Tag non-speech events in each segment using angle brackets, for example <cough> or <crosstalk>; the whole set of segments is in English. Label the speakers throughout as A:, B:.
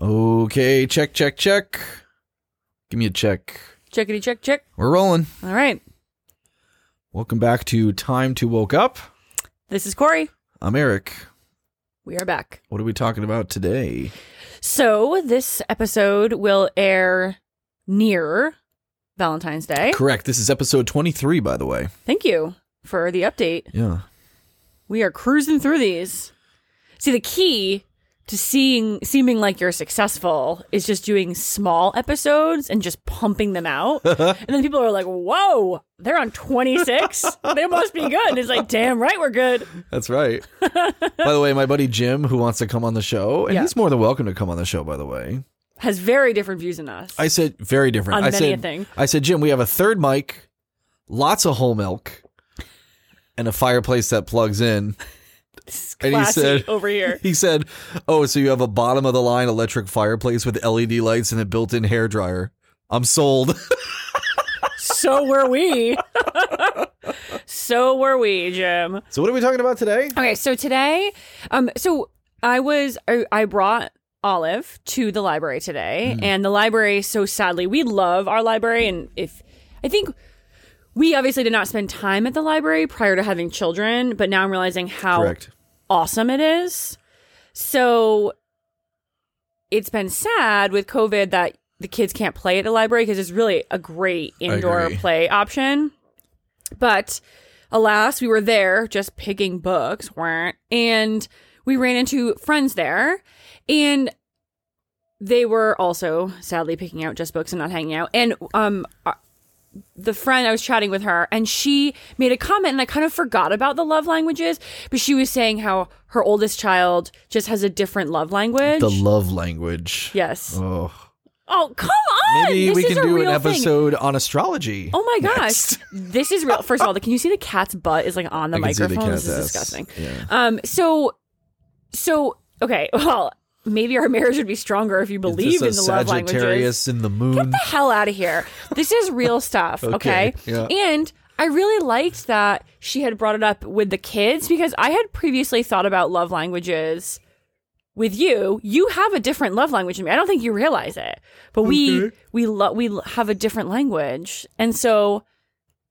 A: Okay, check, check, check. Give me a check.
B: Checkity check check.
A: We're rolling.
B: All right.
A: Welcome back to Time to Woke Up.
B: This is Corey.
A: I'm Eric.
B: We are back.
A: What are we talking about today?
B: So this episode will air near Valentine's Day.
A: Correct. This is episode 23, by the way.
B: Thank you for the update.
A: Yeah.
B: We are cruising through these. See, the key to seeing seeming like you're successful is just doing small episodes and just pumping
A: <laughs>
B: them out.
A: Uh-huh.
B: and then people are like, "Whoa, they're
A: <laughs>
B: on 26. they must be good." And it's like, "Damn right, we're good."
A: That's
B: <laughs>
A: right. by the way, my buddy Jim, who wants to come on the show, and
B: Yeah.
A: he's more than welcome to come on the show, by the way.
B: Has very different views than us.
A: I said, very different.
B: On
A: I
B: many a
A: said,
B: thing.
A: I said, Jim, we have a third mic, lots of whole milk, and a fireplace that plugs in.
B: It's
A: and he
B: classy
A: said-
B: over here.
A: He said, "Oh, so you have a bottom of the line electric fireplace with LED lights and a built-in hair dryer. I'm sold." <laughs>
B: so were we. so were we, Jim.
A: so what are we talking about today?
B: Okay, so today, um, so I was I, I brought Olive to the library today, and the library. So sadly, we love our library, and if I think we obviously did not spend time at the library prior to having children, but now I'm realizing how
A: Correct.
B: awesome it is. So it's been sad with COVID that the kids can't play at the library because it's really a great indoor
A: agree.
B: play option. But alas, we were there just picking books, weren't, and we ran into friends there, and they were also sadly picking out just books and not hanging out. And um, uh, the friend I was chatting with her, and she made a comment, and I kind of forgot about the love languages, but she was saying how her oldest child just has a different love language.
A: The love language.
B: yes.
A: Oh.
B: Oh, come on!
A: Maybe
B: this
A: we
B: is
A: can
B: a
A: do an
B: real thing.
A: episode on astrology.
B: Oh my gosh, <laughs> this is real. First of all, the, can you see the cat's butt is like on the
A: I can see the
B: microphone?
A: cat's
B: this is
A: ass.
B: disgusting.
A: Yeah.
B: Um. So, so okay. <laughs> Well, maybe our marriage would be stronger if you
A: Is
B: believed
A: this
B: in the
A: a
B: love languages.
A: Sagittarius in the moon.
B: the hell out of here. This is real stuff, okay?
A: <laughs> Okay, yeah.
B: And I really liked that she had brought it up with the kids because I had previously thought about love languages with you. You have a different love language than me. I don't think you realize it, but we
A: Okay.
B: we lo- we l- have a different language, and so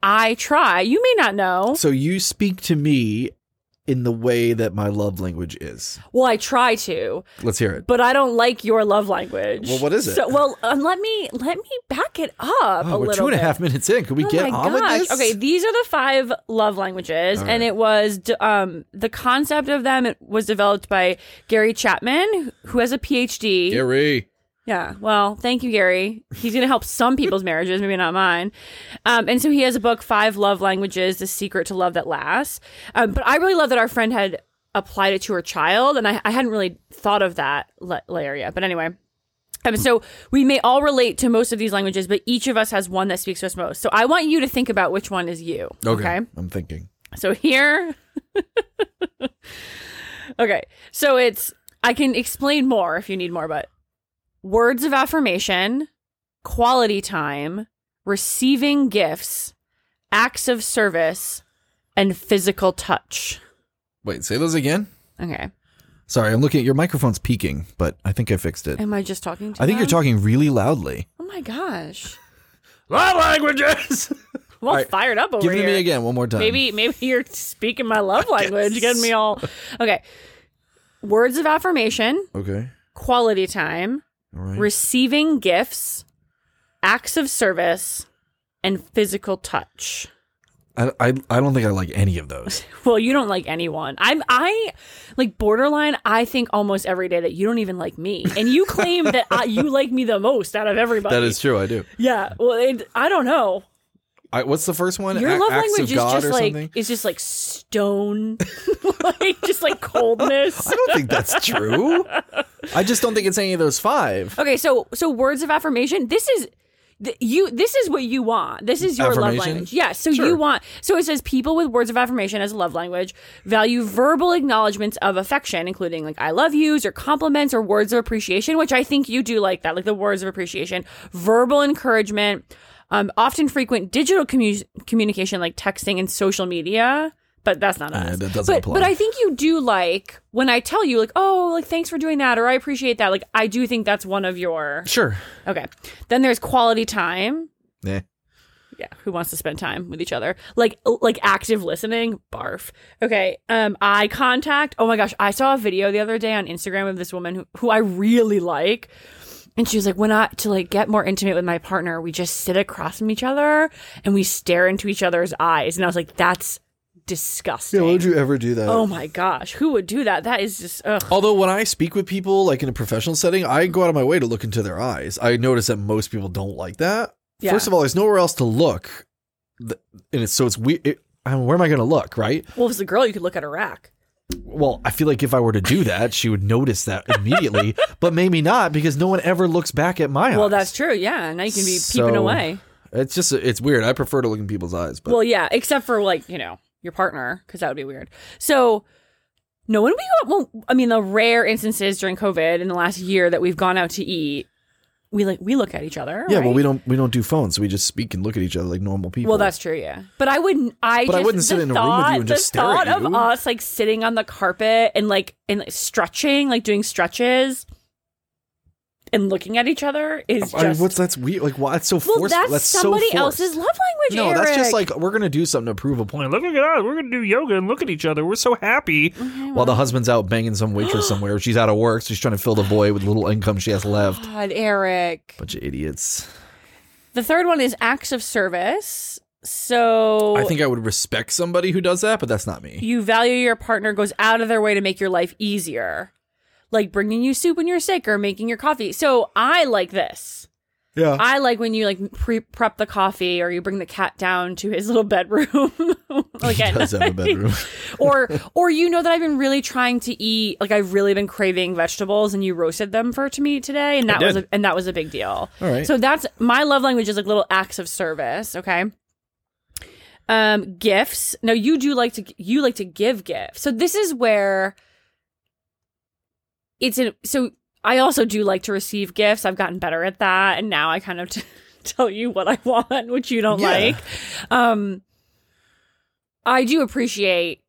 B: I try. You may not know.
A: so you speak to me in the way that my love language is.
B: Well, I try to,
A: Let's hear it.
B: but I don't like your love language.
A: Well, what is it?
B: So, well, um, let me let me back it up a
A: Oh, we're two
B: little
A: and a
B: bit. Oh
A: half minutes in. Can we get on with this?
B: Okay, these are the five love languages,
A: All
B: and
A: right.
B: it was d- um, the concept of them it was developed by Gary Chapman, who has a PhD.
A: Gary.
B: Yeah. Well, thank you, Gary. He's going to help some people's marriages, maybe not mine. Um, and so he has a book, Five Love Languages The Secret to Love That Lasts. Um, but I really love that our friend had applied it to her child. And I, I hadn't really thought of that la- layer yet. But anyway. Um, so we may all relate to most of these languages, but each of us has one that speaks to us most. So I want you to think about which one is you.
A: okay. I'm thinking.
B: So here. <laughs> okay. So it's, I can explain more if you need more, but words of affirmation, quality time, receiving gifts, acts of service, and physical touch.
A: Wait, say those again.
B: Okay.
A: Sorry, I'm looking at your microphone's peaking, but I think I fixed it.
B: Am I just talking to
A: I think you're
B: them?
A: talking really loudly.
B: Oh my gosh.
A: Love
B: <laughs>
A: languages.
B: I'm all
A: All right.
B: fired up over
A: Give it
B: here.
A: to me again one more time.
B: Maybe maybe you're speaking
A: <laughs>
B: my love language, getting me all Okay. Words of affirmation,
A: Okay.
B: quality time,
A: All right.
B: receiving gifts, acts of service, and physical touch.
A: I, I I don't think I like any of
B: <laughs>
A: those.
B: Well, you don't like anyone. I'm I like borderline. I think almost every day that you don't even like me, and you claim that I, you like me the most out of everybody.
A: true. I do.
B: yeah. Well, it, I don't know.
A: I, what's the first one?
B: Your
A: Ac-
B: love
A: acts
B: language
A: of
B: is
A: God
B: just
A: or
B: like
A: something?
B: is just like stone, <laughs> like just like coldness.
A: I don't think that's
B: <laughs>
A: true. I just don't think it's any of those five.
B: Okay, so so words of affirmation. This is th- you. This is what you want. This is your love
A: Affirmation?
B: language. Yeah. So you
A: Sure.
B: want. So it says people with words of affirmation as a love language value verbal acknowledgments of affection, including like I love yous or compliments or words of appreciation, which I think you do like that, like the words of appreciation, verbal encouragement, um, often frequent digital commu- communication like texting and social media. but that's not
A: Uh,
B: us.
A: that doesn't
B: but,
A: apply.
B: but I think you do like when I tell you like, oh, like thanks for doing that, or I appreciate that. Like I do think that's one of your
A: sure.
B: okay. Then there's quality time.
A: Yeah.
B: Yeah, who wants to spend time with each other? Like like active listening, barf. Okay, um eye contact. Oh my gosh, I saw a video the other day on Instagram of this woman who, who I really like. And she was like, when I to like get more intimate with my partner, we just sit across from each other and we stare into each other's eyes. And I was like, that's disgusting.
C: Yeah, why would you ever do that?
B: Oh my gosh, who would do that? That is just ugh.
A: Although when I speak with people, like in a professional setting, I go out of my way to look into their eyes. I notice that most people don't like that.
B: Yeah.
A: First of all, there's nowhere else to look, Th- and it's so it's weird. It, I mean, where am I going to look, right?
B: Well, if it's a girl, you could look at a rack.
A: Well, I feel like if I were to do that, she would notice that
B: <laughs>
A: immediately, but maybe not because no one ever looks back at my eyes.
B: Well, that's true. Yeah, now you can be
A: So-
B: peeping away.
A: It's just it's weird. I prefer to look in people's eyes, but
B: Well, yeah, except for like you know your partner, because that would be weird. So, no, when we go, well, I mean, the rare instances during COVID in the last year that we've gone out to eat, we like we look at each other.
A: yeah,
B: right?
A: well, we don't we don't do phones. We just speak and look at each other like normal people.
B: Well, that's true, yeah. But I wouldn't. I
A: But I
B: just,
A: wouldn't sit
B: the
A: in a room with
B: thought,
A: you and
B: the
A: just stare at
B: thought of
A: you.
B: us like sitting on the carpet and like and like, stretching, like doing stretches, and looking at each other is
A: I mean,
B: just
A: what's that's weird? Like, why it's so
B: well,
A: forced?
B: that's,
A: so
B: somebody
A: forced.
B: else's love language.
A: No, that's just
B: Eric.
A: like we're gonna do something to prove a point.
D: Look at us. We're going to do yoga and look at each other. We're so happy.
B: Mm-hmm.
A: While the husband's out banging some
B: <gasps>
A: waitress somewhere, she's out of work, so she's trying to fill the void with little income she has left.
B: God, Eric.
A: Bunch of idiots.
B: The third one is acts of service. So
A: I think I would respect somebody who does that, but that's not me.
B: you value your partner goes out of their way to make your life easier, like bringing you soup when you're sick or making your coffee. So I like this.
A: Yeah.
B: I like when you like pre prep the coffee or you bring the cat down to his little bedroom. <laughs> like
A: he
B: at
A: does have a
B: night. <laughs>
A: bedroom.
B: or or you know that I've been really trying to eat like I've really been craving vegetables and you roasted them for to me today and that was
A: did.
B: a, and that was a big deal.
A: All right.
B: So that's my love language is like little acts of service, okay? Um gifts. Now you do like to you like to give gifts. So this is where it's an so I also do like to receive gifts. I've gotten better at that and now I kind of <laughs> tell you what I want, which you don't
A: Yeah.
B: like. Um I do appreciate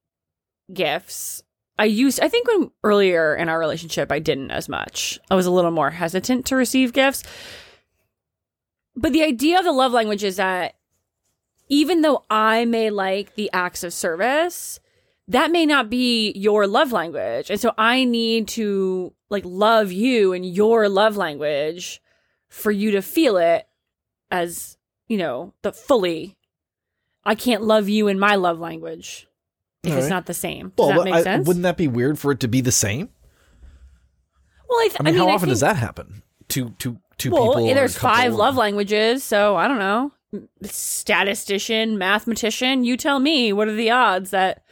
B: gifts. I used I think when earlier in our relationship I didn't as much. I was a little more hesitant to receive gifts. But the idea of the love language is that even though I may like the acts of service, that may not be your love language. And so I need to like love you and your love language for you to feel it as, you know, the fully. I can't love you in my love language if
A: All
B: it's
A: right.
B: not the same. Does
A: well,
B: that make
A: I-
B: sense?
A: wouldn't that be weird for it to be the same?
B: well, I, th-
A: I mean, how
B: I
A: often does
B: think-
A: that happen? Two, two, two
B: Well,
A: people. or a
B: there's
A: couple
B: five
A: or-
B: love languages, so I don't know. Statistician, mathematician, you tell me. What are the odds that?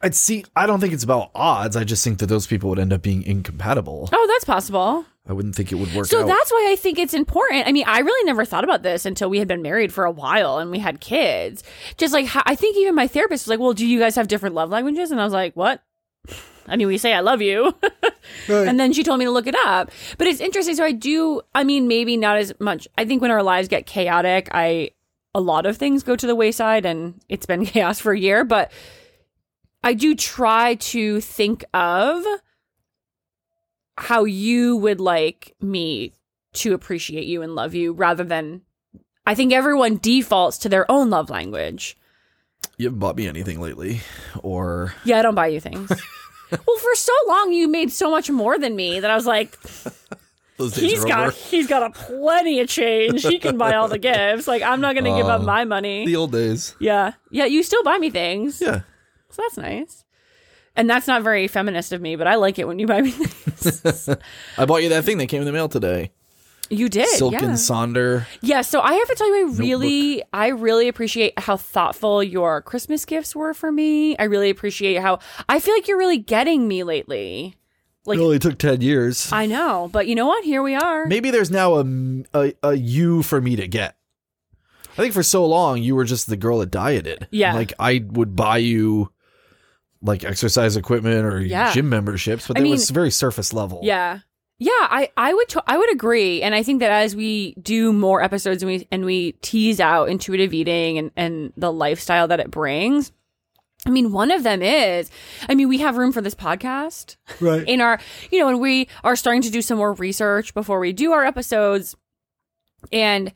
A: I'd see. I don't think it's about odds. I just think that those people would end up being incompatible.
B: Oh, that's possible.
A: I wouldn't think it would work.
B: So
A: out.
B: that's why I think it's important. I mean, I really never thought about this until we had been married for a while and we had kids. Just like how, I think even my therapist was like, "Well, do you guys have different love languages?" And I was like, "What?" <laughs> I mean, we say I love you. <laughs> and then she told me to look it up. But it's interesting. So I do, I mean, maybe not as much. I think when our lives get chaotic, I, a lot of things go to the wayside and it's been <laughs> chaos for a year. But I do try to think of how you would like me to appreciate you and love you rather than I think everyone defaults to their own love language.
A: you haven't bought me anything lately, or
B: Yeah, I don't buy you things. well, for so long you made so much more than me that I was like,
A: those days
B: he's
A: are
B: got
A: over.
B: he's got a plenty of change. He can buy all the gifts. Like I'm not going to give up
A: Oh.
B: my money.
A: the old days.
B: yeah. Yeah, you still buy me things.
A: Yeah.
B: So that's nice. And that's not very feminist of me, but I like it when you buy me things. <laughs>
A: I bought you that thing that came in the mail today.
B: you did.
A: Silken
B: Eh, yeah.
A: Sonder.
B: Yeah, so I have to tell you, I really, I really appreciate how thoughtful your Christmas gifts were for me. I really appreciate how I feel like you're really getting me lately. Like-
A: it only took 10 years.
B: I know, but you know what? Here we are.
A: Maybe there's now a, m- a, a you for me to get. I think for so long, you were just the girl that dieted.
B: Yeah.
A: Like, I would buy you like exercise equipment or
B: Yeah.
A: gym memberships, but
B: I
A: they
B: mean-
A: was very surface level.
B: Yeah. Yeah, I, I would to- I would agree, and I think that as we do more episodes and we and we tease out intuitive eating and, and the lifestyle that it brings, I mean, one of them is, I mean, we have room for this podcast
A: Right.
B: in our, you know, and we are starting to do some more research before we do our episodes. And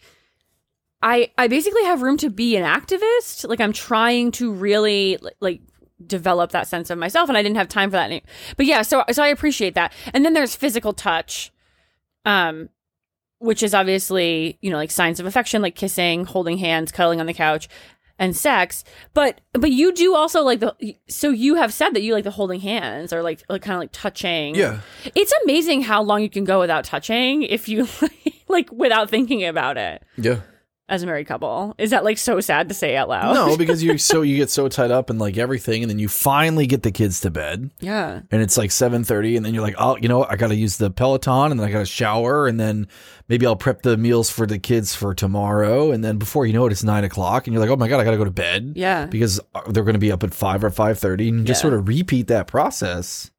B: I I basically have room to be an activist. Like I'm trying to really li- like develop that sense of myself and I didn't have time for that. any- But yeah, so so I appreciate that. And then there's physical touch. Um which is obviously, you know, like signs of affection like kissing, holding hands, cuddling on the couch and sex. But but you do also like the so you have said that you like the holding hands or like like kind of like touching.
A: Yeah.
B: It's amazing how long you can go without touching if you <laughs> like without thinking about it
A: Yeah.
B: as a married couple. Is that like so sad to say out loud?
A: No, because you so you get so tied up in like everything, and then you finally get the kids to bed,
B: Yeah.
A: and it's like seven thirty, and then you're like, oh, you know, what? I got to use the Peloton, and then I got to shower, and then maybe I'll prep the meals for the kids for tomorrow, and then before you know it, it's nine o'clock, and you're like, oh my god, I got to go to bed,
B: Yeah.
A: because uh, they're going to be up at five or five thirty, and you just
B: Yeah.
A: sort of repeat that process.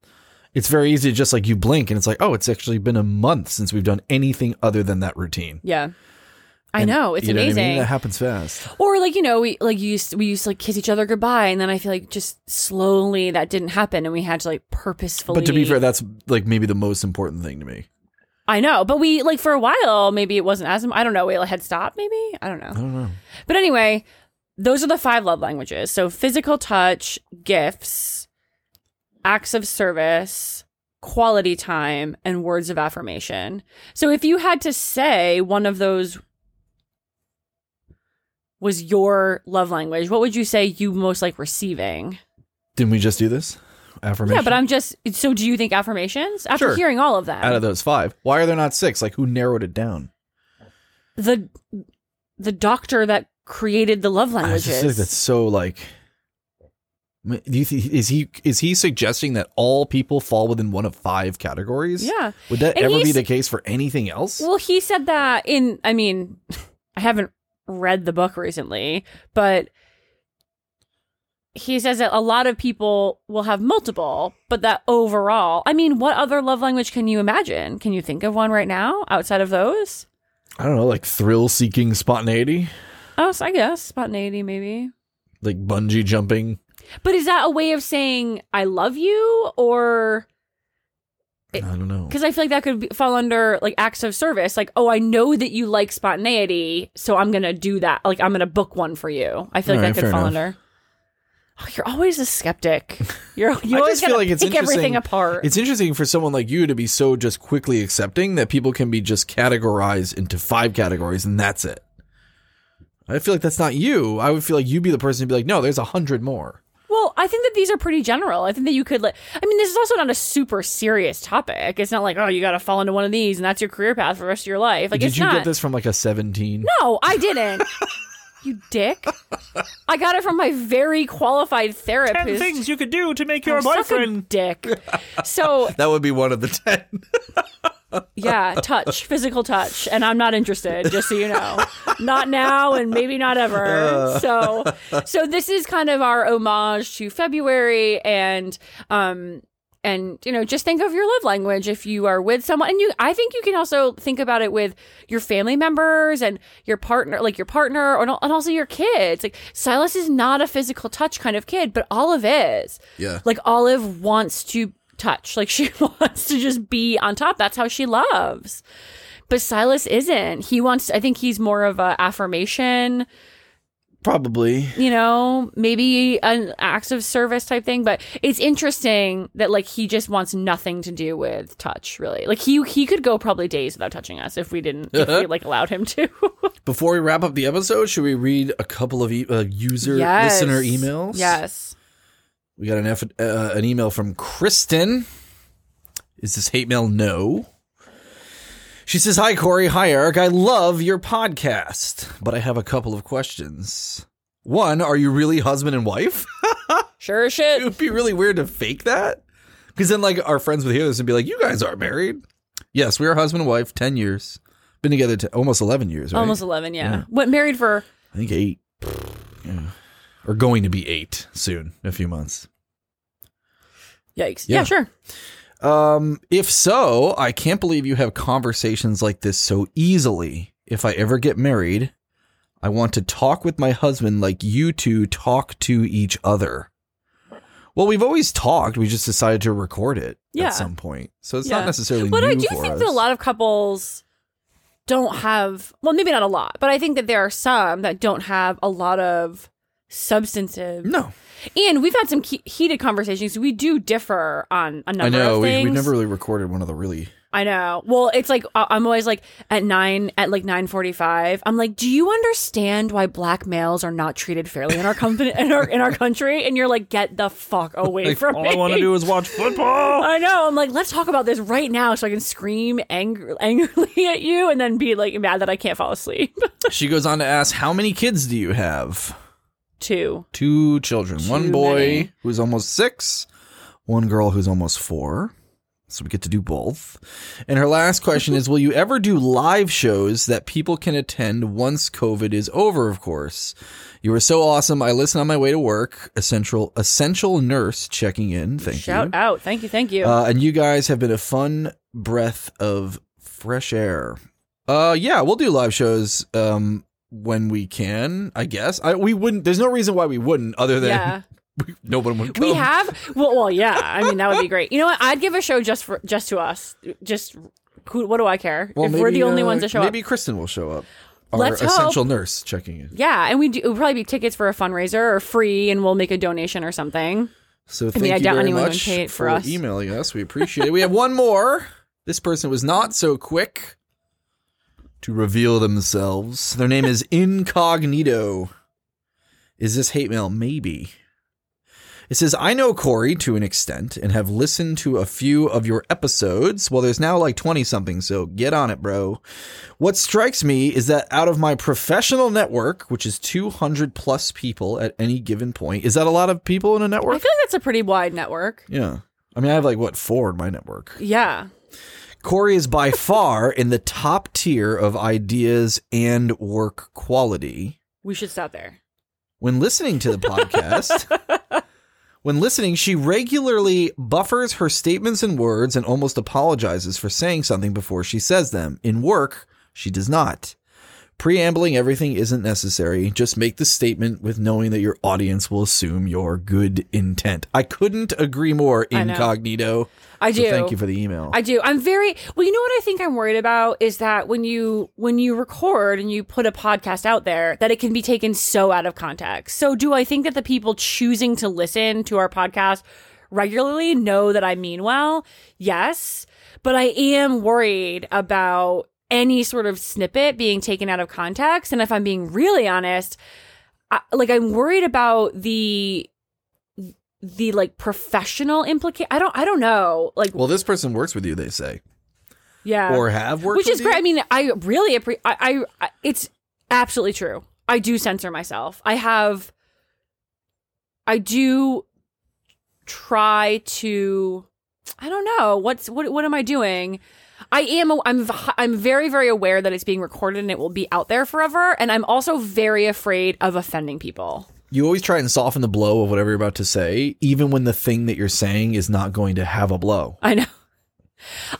A: It's very easy to just like you blink, and it's like, oh, it's actually been a month since we've done anything other than that routine.
B: Yeah. I
A: And
B: know. It's
A: you know what I mean?
B: amazing.
A: That happens fast.
B: Or like, you know, we like you used we used to like kiss each other goodbye and then I feel like just slowly that didn't happen and we had to like purposefully
A: But to be fair, that's like maybe the most important thing to me.
B: I know, but we like for a while maybe it wasn't as I don't know, we had stopped maybe? I don't know.
A: I don't know.
B: But anyway, those are the five love languages. So physical touch, gifts, acts of service, quality time, and words of affirmation. So if you had to say one of those was your love language, what would you say you most like receiving?
A: Didn't we just do this? Affirmation.
B: Yeah, but I'm just so do you think affirmations? After
A: Sure.
B: hearing all of that.
A: out of those five. Why are there not six? Like who narrowed it down?
B: the the doctor that created the love
A: I just
B: languages.
A: think that's so like. I mean, Do you thi- is he is he suggesting that all people fall within one of five categories?
B: yeah.
A: Would that
B: And
A: ever be
B: he's-
A: the case for anything else?
B: Well, he said that in, I mean, <laughs> I haven't read the book recently, but he says that a lot of people will have multiple, but that overall, I mean, what other love language can you imagine? Can you think of one right now outside of those?
A: I don't know, like thrill seeking spontaneity,
B: Oh, so I guess spontaneity, maybe.
A: like bungee jumping.
B: But is that a way of saying I love you or
A: I don't know.
B: because I feel like that could be, fall under like acts of service. Like, oh, I know that you like spontaneity, so I'm gonna do that. Like, I'm gonna book one for you. I feel
A: All right,
B: like that
A: fair
B: could fall
A: enough.
B: under. Oh, you're always
A: <laughs>
B: a skeptic. You're you
A: I
B: always
A: just feel
B: gotta
A: like it's
B: pick
A: interesting-
B: everything apart.
A: It's interesting for someone like you to be so just quickly accepting that people can be just categorized into five categories and that's it. I feel like that's not you. I would feel like you'd be the person to be like, no, there's a hundred more.
B: well, I think that these are pretty general. I think that you could like. I mean, this is also not a super serious topic. It's not like oh, you got to fall into one of these and that's your career path for the rest of your life. Like,
A: Did
B: it's
A: you
B: not.
A: get this from like a 17?
B: No,
A: <laughs>
B: I didn't. you dick. I got it from my very qualified therapist.
D: Ten things you could do to make your
B: Suck a <laughs>
D: boyfriend.
B: dick. So
A: That would be one of the 10.
B: yeah, touch, physical touch, and I'm not interested. Just so you know, not now, and maybe not ever. So, so this is kind of our homage to February, and um, and you know, just think of your love language if you are with someone, and you. I think you can also think about it with your family members and your partner, like your partner, or and also your kids. Like Silas is not a physical touch kind of kid, but Olive is.
A: Yeah.
B: Like Olive wants to touch. Like <laughs> she wants to just be on top. That's how she loves. But Silas isn't. He wants I think he's more of a affirmation,
A: <laughs> Probably.
B: you know, maybe an acts of service type thing, but it's interesting that like he just wants nothing to do with touch, really. Like he he could go probably days without touching us if we didn't if
A: Uh-huh.
B: we like allowed him
A: <laughs>
B: to.
A: Before we wrap up the episode, should we read a couple of e- uh, user
B: Yes.
A: listener emails?
B: Yes.
A: We got an F- uh, an email from Kristen. Is this hate mail? No. She says, "Hi Corey, hi Eric. I love your podcast, but I have a couple of questions. One, are you really husband and wife? <laughs>
B: Sure as
A: it
B: shit.
A: would be really weird to fake that, because then like our friends would hear this and be like, "You guys aren't married." Yes, we are husband and wife. Ten years, been together to almost eleven years. Right?
B: Almost eleven, yeah. Went married for
A: I think eight, yeah. or going to be eight soon, in a few months.
B: yikes.
A: Yeah.
B: yeah sure.
A: Um, if so, I can't believe you have conversations like this so easily. If I ever get married, I want to talk with my husband like you two talk to each other. Well, we've always talked. We just decided to record it
B: Yeah.
A: at some point. So it's
B: Yeah.
A: not necessarily
B: But
A: new
B: I do
A: for
B: think
A: us.
B: that a lot of couples don't have, well, maybe not a lot, but I think that there are some that don't have a lot of substantive.
A: No.
B: And we've had some ke- heated conversations. We do differ on a number
A: I know.
B: of
A: We,
B: things.
A: we've never really recorded one of the really.
B: I know. Well, it's like I- I'm always like at nine at like nine forty five. I'm like, do you understand why black males are not treated fairly in our company in our in our country? And you're like, get the fuck away from
D: All
B: me.
D: I want to do is watch football.
B: I know. I'm like, let's talk about this right now, so I can scream ang- angrily <laughs> at you, and then be like mad that I can't fall asleep. <laughs>
A: She goes on to ask, "How many kids do you have?"
B: Two.
A: Two children. one
B: Too
A: boy
B: many.
A: who's almost six. One girl who's almost four. So we get to do both. And her last question is, <laughs> "Will you ever do live shows that people can attend once COVID is over?" Of course. You are so awesome. I listen on my way to work. Essential essential nurse checking in. Thank you.
B: Shout out. Thank you. Thank you.
A: Mm-hmm. Uh, and you guys have been a fun breath of fresh air. Uh, yeah, we'll do live shows um, when we can. I guess I we wouldn't. There's no reason why we wouldn't, other than
B: yeah.
A: <laughs> no one would come.
B: We have well, well, yeah. I mean, that would be great. You know what? I'd give a show just for just to us. Just who? What do I care?
A: Well,
B: if we're
A: maybe,
B: the only
A: uh,
B: ones that show up.
A: maybe Kristen will show up. Our
B: Let's hope.
A: essential nurse checking in.
B: Yeah, and we do. It would probably be tickets for a fundraiser or free, and we'll make a donation or something.
A: So
B: mean,
A: thank
B: I
A: you
B: doubt
A: very
B: anyone would
A: much
B: pay it for
A: for
B: us.
A: emailing us. We appreciate it. We have one more. This person was not so quick to reveal themselves. Their name is Incognito. Is this hate mail? Maybe. It says, I know Corey to an extent and have listened to a few of your episodes. Well, there's now like 20 something, so get on it, bro. What strikes me is that out of my professional network, which is 200 plus people at any given point, is that a lot of people in a
B: I feel
A: network?
B: like that's a pretty wide network.
A: Yeah. I mean, I have like what four in my network.
B: Yeah,
A: Corey is by far in the top tier of ideas and work quality.
B: we should stop there.
A: When listening to the podcast, <laughs> when listening, she regularly buffers her statements and words and almost apologizes for saying something before she says them. In work, she does not. Preambling everything isn't necessary. Just make the statement with knowing that your audience will assume your good intent. I couldn't agree more,
B: I know.
A: incognito.
B: I do.
A: So thank you for the email.
B: I do. I'm very well. You know what I think I'm worried about is that when you when you record and you put a podcast out there, that it can be taken so out of context. So do I think that the people choosing to listen to our podcast regularly know that I mean well? Yes, but I am worried about any sort of snippet being taken out of context. And if I'm being really honest, I, like I'm worried about the the like professional implication. I don't. I don't know. Like
A: well, this person works with you, they say,
B: yeah.
A: or have worked,
B: Which
A: with
B: is great.
A: you?
B: I mean, I really appreciate. I, I, I, it's absolutely true. I do censor myself. I have, I do try to. I don't know what's what. What am I doing? I am. a- I'm. v- I'm very, very aware that it's being recorded and it will be out there forever. And I'm also very afraid of offending people.
A: You always try and soften the blow of whatever you're about to say, even when the thing that you're saying is not going to have a blow.
B: I know. <laughs>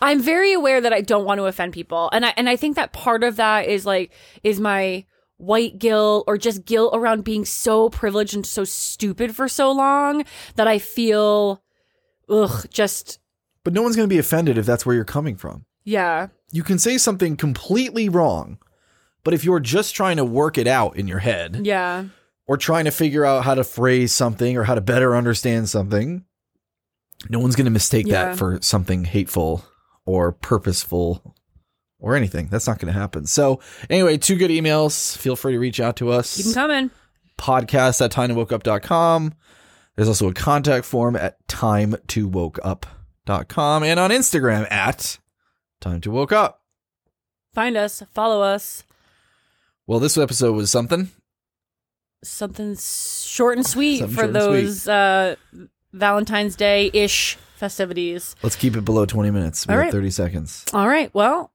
B: I'm very aware that I don't want to offend people. And I and I think that part of that is like is my white guilt or just guilt around being so privileged and so stupid for so long that I feel ugh, just
A: But no one's going to be offended if that's where you're coming from.
B: yeah.
A: You can say something completely wrong, but if you're just trying to work it out in your head
B: Yeah.
A: or trying to figure out how to phrase something or how to better understand something, no one's going to mistake
B: Yeah.
A: that for something hateful or purposeful or anything. That's not going to happen. So, anyway, two good emails. Feel free to reach out to us.
B: Keep them coming.
A: podcast at tinywokeup.com. There's also a contact form at timetowokeup.com and on Instagram at time to woke up.
B: Find us, follow us.
A: Well, this episode was something.
B: Something s- short and sweet
A: Something
B: for
A: short and sweet.
B: those uh Valentine's Day ish festivities.
A: Let's keep it below 20 minutes. We
B: All
A: have
B: right.
A: 30 seconds.
B: All right. Well,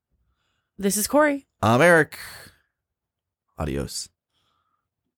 B: this is Corey.
A: I'm Eric. Adios.